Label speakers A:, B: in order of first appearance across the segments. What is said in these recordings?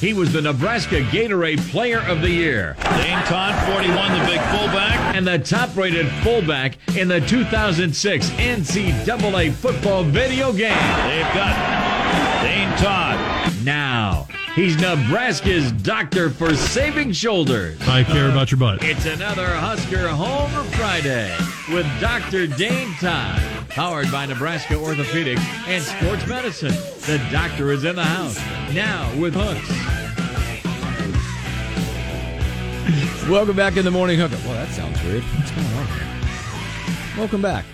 A: He was the Nebraska Gatorade Player of the Year
B: Dane Con, 41, the big fullback.
A: and the top rated fullback in the 2006 NCAA football video game.
B: They've got Dane Todd.
A: Now, he's Nebraska's doctor for saving shoulders.
C: I care about your butt.
A: It's another Husker Home Friday with Dr. Dane Todd, powered by Nebraska Orthopedics and Sports Medicine. The doctor is in the house now with hooks.
D: Welcome back in the morning hookup. Well, that sounds weird. What's going on? Welcome back.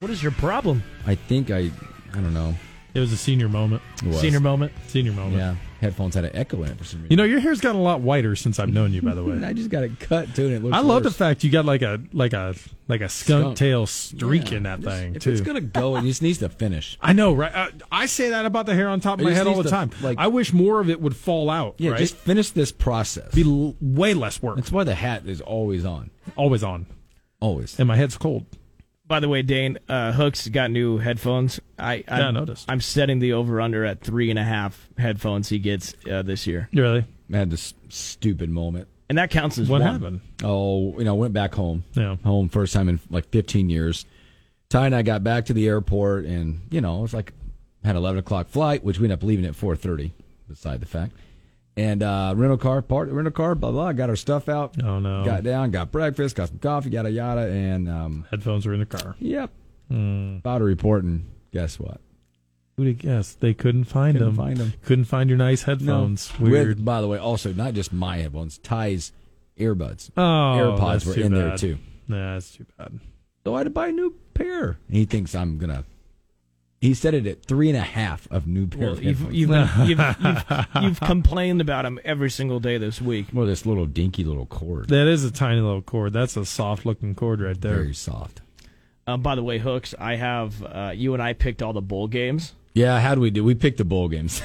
C: What is your problem?
D: I think I, I don't know.
C: It was a senior moment.
D: It was.
C: Senior moment. Senior moment.
D: Yeah, headphones had an echo in it for some reason.
C: You know, your hair's gotten a lot whiter since I've known you. By the
D: I
C: way,
D: just got it cut too, and it looks.
C: I love the
D: worse.
C: fact you got like a like a like a skunk,
D: Skunk.
C: tail streak
D: Yeah.
C: in that
D: Just-
C: thing
D: if
C: too.
D: It's gonna go, and it just needs to finish.
C: I know, right? I, I say that about the hair on top of
D: It
C: my
D: just
C: head all the
D: needs to,
C: time.
D: like-
C: I wish more of it would fall out.
D: Yeah,
C: right?
D: just finish this process.
C: be l- way less work.
D: That's why the hat is always on.
C: always on,
D: Always.
C: and my head's cold.
E: By the way, Dane, uh, Hooks got new headphones. I, I'm,
C: Yeah, I noticed.
E: I'm setting the over under at three and a half headphones he gets uh, this year,
C: Really?
D: I had this stupid moment.
E: and that counts as
C: What
E: one.
C: happened?
D: Oh, you know, went back home.
C: Yeah.
D: Home first time in like 15 years. Ty and I got back to the airport, and you know, it was like had an 11 o'clock flight, which we ended up leaving at 4:30. Beside the fact, and uh, rental car part rental car blah blah. Got our stuff out.
C: Oh, no.
D: Got down, got breakfast, got some coffee, yada yada, and um,
C: Headphones were in the car.
D: yep. About to report, and guess what?
C: Who'd have guessed? They couldn't find
D: Couldn't
C: them.
D: find 'em.
C: Couldn't find your nice headphones.
D: With-
C: Weird.
D: by the way, also not just my headphones, Ty's earbuds.
C: oh,
D: AirPods
C: that's
D: were
C: too
D: in there
C: bad.
D: too.
C: Nah, that's too bad.
D: So I had to buy a new pair. And he thinks I'm gonna. He said it at three and a half of new pair
E: Well,
D: of
E: you've,
D: headphones.
E: you've, you've, you've, you've complained about him every single day this week.
D: well, this little dinky little cord,
C: That is a tiny little cord. That's a soft looking cord right there.
D: very soft.
E: Uh, by the way, Hooks, I have uh, you and I picked all the bowl games.
D: Yeah, how do we do? We picked the bowl games.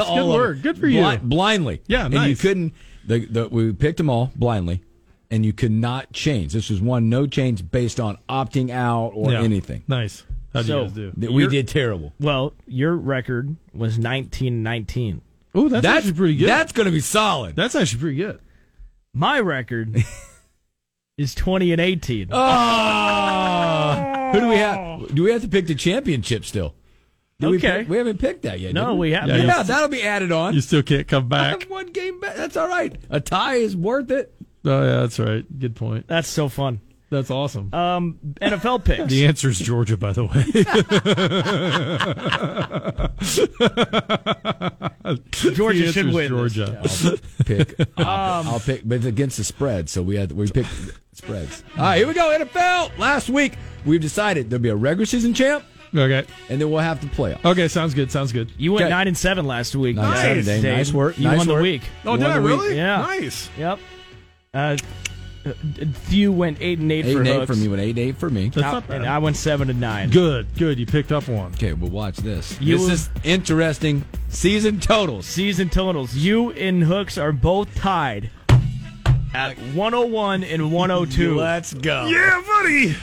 D: All
C: Good
D: of
C: work.
D: them.
C: Good for you.
D: Bli- blindly.
C: Yeah,
D: and you
C: nice.
D: couldn't. The, the we picked them all blindly, and you could not change. This was one no change based on opting out or
C: Yeah.
D: anything.
C: Nice. How'd
E: So-
C: you guys do?
D: That we
E: You're-
D: did terrible.
E: Well, your record was 1919.
C: Oh, that's, actually pretty good.
D: That's going to be solid.
C: that's actually pretty good.
E: My record is 20 and 18.
D: Oh. Who do we have? Do we have to pick the championship still? Do We,
E: Okay.
D: pick- we haven't picked that yet.
E: No,
D: did
E: we haven't.
D: Yeah,
E: Yeah.
D: that'll be added on.
C: You still can't come back.
D: One game back. That's all right. A tie is worth it.
C: Oh, yeah, that's right. Good point.
E: That's so fun.
C: That's awesome.
E: Um, NFL picks.
C: the answer is Georgia, by the way.
E: Georgia
C: The answer
E: should
C: is
E: win this.
C: Georgia.
D: Pick. I'll, I'll pick, but it's against the spread, so we had we picked spreads. All right, here we go. NFL. Last week we've decided there'll be a regular season champ,
C: Okay.
D: and then we'll have to play off.
C: Okay. Sounds good. Sounds good.
E: You went
D: Okay.
E: nine and seven last week.
D: Nice.
E: Dane.
D: Saturday. Nice work.
E: You
D: Nice
E: won the
D: work.
E: week.
C: Oh, did
D: One
C: I
D: of the
C: really?
E: Yeah.
C: Nice.
E: Yep. Uh, uh, Few went eight and eight,
D: Eight
E: for
D: and eight
E: hooks.
D: from you and eight and eight for me.
C: That's
E: Top-
C: not bad.
E: and I went seven and nine.
C: Good. Good. You picked up one.
D: Okay, well watch this.
E: You-
D: this is interesting. Season totals.
E: Season totals. You and Hooks are both tied at 101 and 102.
D: Let's go.
C: Yeah, buddy.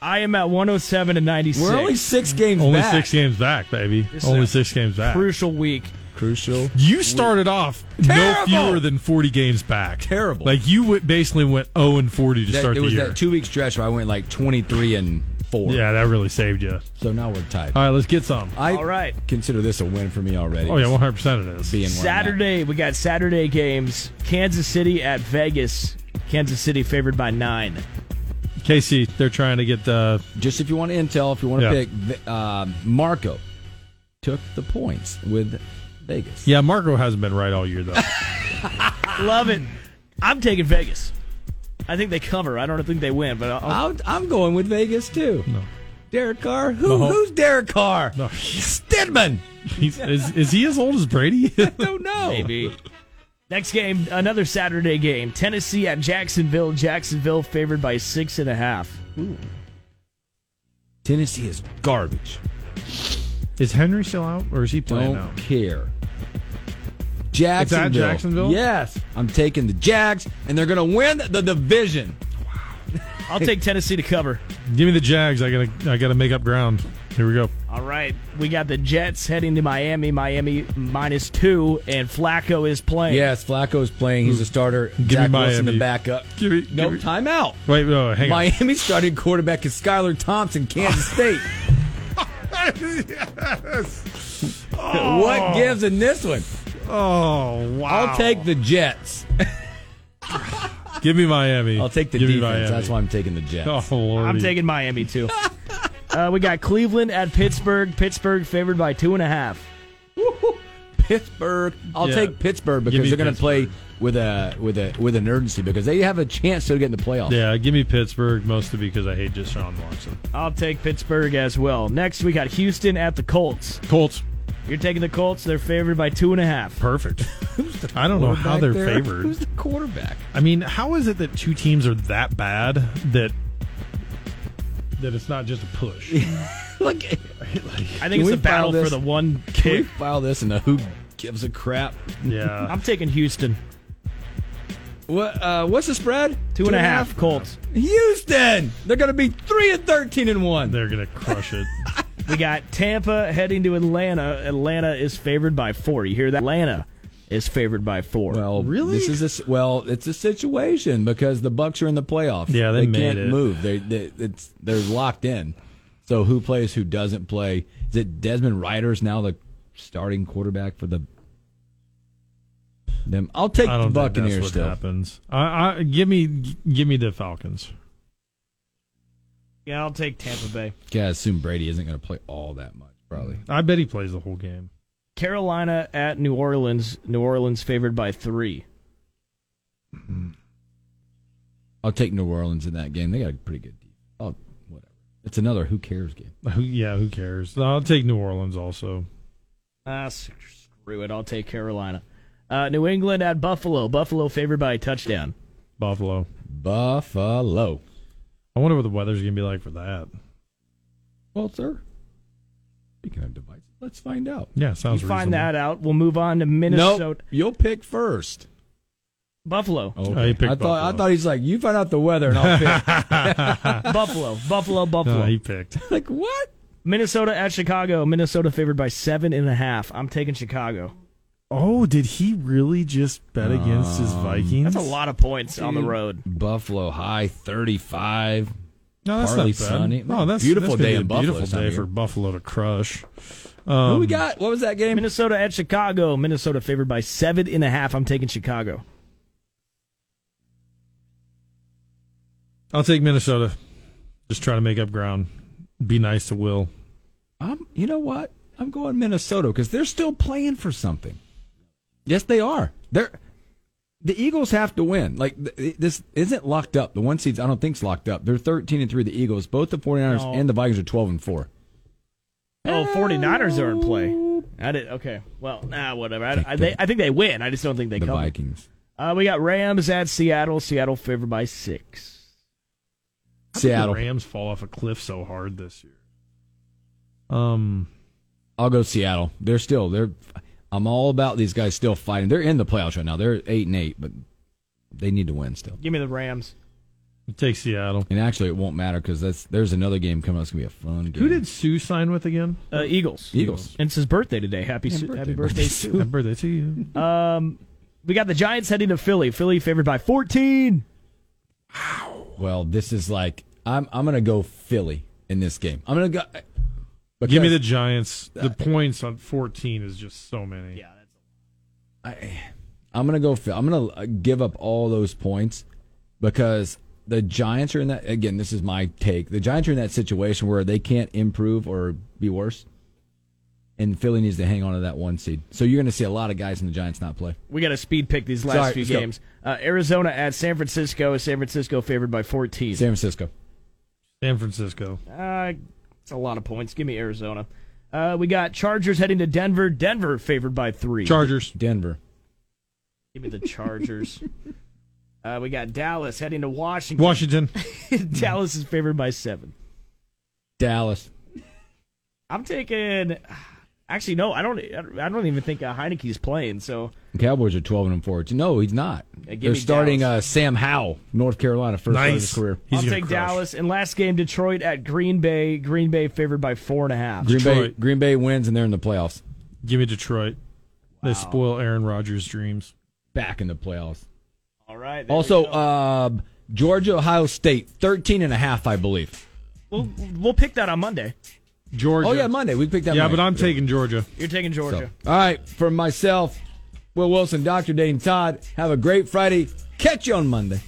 E: I am at 107 and 96.
D: We're only six games
C: Only
D: back.
C: six games back, baby. Only six games back.
E: crucial week.
D: Crucial.
C: You started off
D: Terrible!
C: no fewer than 40 games back.
D: Terrible.
C: Like you went, basically went 0 and 40 to
D: That,
C: start
D: there
C: the
D: was
C: year.
D: that two week stretch where I went like 23 and 4.
C: yeah, that really saved you.
D: So now we're tied.
C: All right, let's get some.
D: I
E: All right.
D: consider this a win for me already.
C: Oh yeah, 100 percent it is.
D: Being where I'm at.
E: Saturday, we got Saturday games. Kansas City at Vegas. Kansas City favored by nine.
C: KC, they're trying to get the
D: Just if you want intel, if you want to
C: Yeah.
D: pick, the- uh, Marco took the points with Vegas.
C: yeah. Marco hasn't been right all year though.
E: Love it. I'm taking Vegas. I think they cover. I don't think they win, but I'll,
D: I'll, I'm going with Vegas too.
C: no.
D: Derek Carr? Who,
C: Mahomes.
D: Who's Derek Carr?
C: No.
D: Stidman.
C: He's, is, is he as old as Brady?
D: Don't know.
E: Maybe. Next game, another Saturday game. Tennessee at Jacksonville. Jacksonville favored by six and a half.
D: Tennessee is garbage.
C: is Henry still out or is he playing
D: Don't
C: now?
D: care. Jacksonville.
C: Jacksonville?
D: Yes. I'm taking the Jags, and they're going to win the division.
E: I'll take Tennessee to cover.
C: Give me the Jags. I gotta I gotta make up ground. Here we go.
E: All right, we got the Jets heading to Miami. Miami minus two, and Flacco is playing.
D: Yes, Flacco's playing. He's a starter.
C: me
D: Zach Wilson, the
C: Miami.
D: backup.
C: Give me-
D: no
C: give me-
D: timeout.
C: Wait, no, hang on.
D: Miami starting quarterback is Skylar Thompson, Kansas State. What gives in this one?
C: Oh wow!
D: I'll take the Jets.
C: Give me Miami.
D: I'll take the
C: Give me
D: defense.
C: Miami.
D: That's why I'm taking the Jets.
C: Oh lordy.
E: I'm taking Miami too. uh, we got Cleveland at Pittsburgh. Pittsburgh favored by two and a half.
D: Pittsburgh. I'll
C: Yeah.
D: take Pittsburgh
C: Give
D: because
C: me
D: they're going to play
C: Pittsburgh.
D: with a with a with an urgency because they have a chance to get in the playoffs.
C: Yeah, give me Pittsburgh mostly because I hate Deshaun Watson.
E: I'll take Pittsburgh as well. Next, we got Houston at the Colts.
C: Colts,
E: You're taking the Colts. They're favored by two and a half.
C: perfect. I don't know how
D: Back
C: they're
D: there.
C: favored.
D: Who's the quarterback?
C: I mean, how is it that two teams are that bad that that it's not just a push?
D: Look,
E: I think it's
D: we
E: a battle
D: file this?
E: for the one
D: we
E: kick.
D: file this and who gives a crap?
C: yeah,
E: I'm taking Houston.
D: What uh, what's the spread?
E: Two and a half Colts.
D: Houston. They're going to be three and thirteen and one.
C: they're gonna crush it.
E: We got Tampa heading to Atlanta. Atlanta is favored by four. You hear that? Atlanta is favored by four.
D: Well,
C: Really?
D: This is a, s- well, it's a situation because the Bucks are in the playoffs.
C: Yeah, they made
D: can't
C: it.
D: move. They, they it's they're locked in. So who plays? Who doesn't play? Is it Desmond Ryder's now the starting quarterback for the them? I'll take
C: I
D: the
C: don't think that's
D: Buccaneers
C: what
D: still.
C: happens. I, I give me give me the Falcons.
E: yeah, I'll take Tampa Bay.
D: Yeah, I assume Brady isn't going to play all that much. Probably.
C: I bet he plays the whole game.
E: Carolina at New Orleans. New Orleans favored by three.
D: I'll take New Orleans in that game. They got a pretty good. Defense. Oh, whatever. It's another who cares game.
C: Who, yeah, who cares? I'll take New Orleans also.
E: Ah, s- screw it. I'll take Carolina. Uh, New England at Buffalo. Buffalo favored by a touchdown.
C: Buffalo.
D: Buffalo.
C: I wonder what the weather's gonna be like for that.
D: Well, sir. Speaking of devices, let's find out.
C: Yeah, sounds
E: you
C: reasonable.
E: find that out. We'll move on to Minnesota.
D: Nope, you'll pick first.
E: Buffalo.
C: Oh, he picked
D: I thought I
C: Buffalo.
D: thought he's like, you find out the weather and I'll pick.
E: Buffalo. Buffalo.
C: No,
E: Buffalo.
C: Uh, he picked.
D: like what?
E: Minnesota at Chicago. Minnesota favored by seven and a half. I'm taking Chicago.
C: Oh, did he really just bet against his Vikings?
E: Um, That's a lot of points on the road.
D: Buffalo high thirty five.
C: No, that's
D: Partly
C: not bad.
D: sunny.
C: No, that's
D: Beautiful
C: that's gonna
D: day
C: be
D: in
C: a
D: Buffalo
C: Beautiful
D: time
C: day
D: of
C: for
D: year.
C: Buffalo to crush. Um,
D: Who we got? What was that game?
E: Minnesota at Chicago. Minnesota favored by seven and a half. I'm taking Chicago.
C: I'll take Minnesota. Just try to make up ground. Be nice to Will.
D: I'm, you know what? I'm going Minnesota because they're still playing for something. Yes, they are. They're the Eagles have to win. Like th- this isn't locked up. The one seeds I don't think's locked up. They're 13 and three. The Eagles, both the 49ers
E: No.
D: and the Vikings are 12 and four.
E: Oh, 49ers are in play. I did, okay. Well, nah, whatever. I, I, they, I think they win. I just don't think they
D: The
E: cover.
D: Vikings.
E: Uh, we got Rams at Seattle. Seattle favored by six.
D: Seattle.
C: The Rams fall off a cliff so hard this year. Um,
D: I'll go Seattle. They're still they're. I'm all about these guys still fighting. They're in the playoffs right now. They're eight and eight, but they need to win still.
E: Give me the Rams.
C: take Seattle.
D: And actually, it won't matter because that's there's another game coming. up. It's gonna be a fun game.
C: Who did Sue sign with again?
E: Uh, Eagles.
D: Eagles?
E: And it's his birthday today. Happy su- happy birthday. Sue.
C: Happy birthday to you.
E: Um, we got the Giants heading to Philly. Philly favored by 14.
D: Well, this is like I'm I'm gonna go Philly in this game. I'm gonna go. Because
C: Give me the Giants.
D: Uh,
C: The points on 14 is just so many.
E: Yeah, that's
D: I, I'm gonna go. Phil- I'm gonna uh, give up all those points because the Giants are in that. Again, this is my take. The Giants are in that situation where they can't improve or be worse, and Philly needs to hang on to that one seed. So you're gonna see a lot of guys in the Giants not play.
E: We got to speed pick these last
D: Sorry,
E: few
D: let's go.
E: games. Uh, Arizona at San Francisco. San Francisco favored by 14.
D: San Francisco.
C: San Francisco.
E: Uh, It's a lot of points. Give me Arizona. Uh, we got Chargers heading to Denver. Denver favored by three.
C: Chargers.
D: Denver.
E: Give me the Chargers. uh, we got Dallas heading to Washington.
C: Washington.
E: Dallas is favored by seven.
D: Dallas.
E: I'm taking. Actually, no, I don't. I don't even think uh, Heineke's playing. So
D: The Cowboys are 12 and 14. No, he's not.
E: give
D: They're
E: me
D: starting uh,
E: Dallas.
D: Sam Howell, North Carolina, first nice. of his
C: Nice.
D: career.
C: He's
E: I'll
C: gonna
E: take
C: crush.
E: Dallas. And last game, Detroit at Green Bay. Green Bay favored by four and a half.
D: Green Bay,
C: Detroit.
D: Green Bay wins, and they're in the playoffs.
C: Give me Detroit. They spoil Aaron Rodgers' dreams.
D: Back in the playoffs.
E: All right. there
D: Also,
E: we go.
D: uh, Georgia, Ohio State, 13 and a half, I believe.
E: we'll we'll pick that on Monday.
C: Georgia.
D: Oh, yeah, Monday. We picked that
C: Yeah,
D: Monday.
C: but I'm taking Georgia.
E: You're taking
D: So,
E: Georgia.
D: All right, for myself, Will Wilson, Dr. Dane Todd, have a great Friday. Catch you on Monday.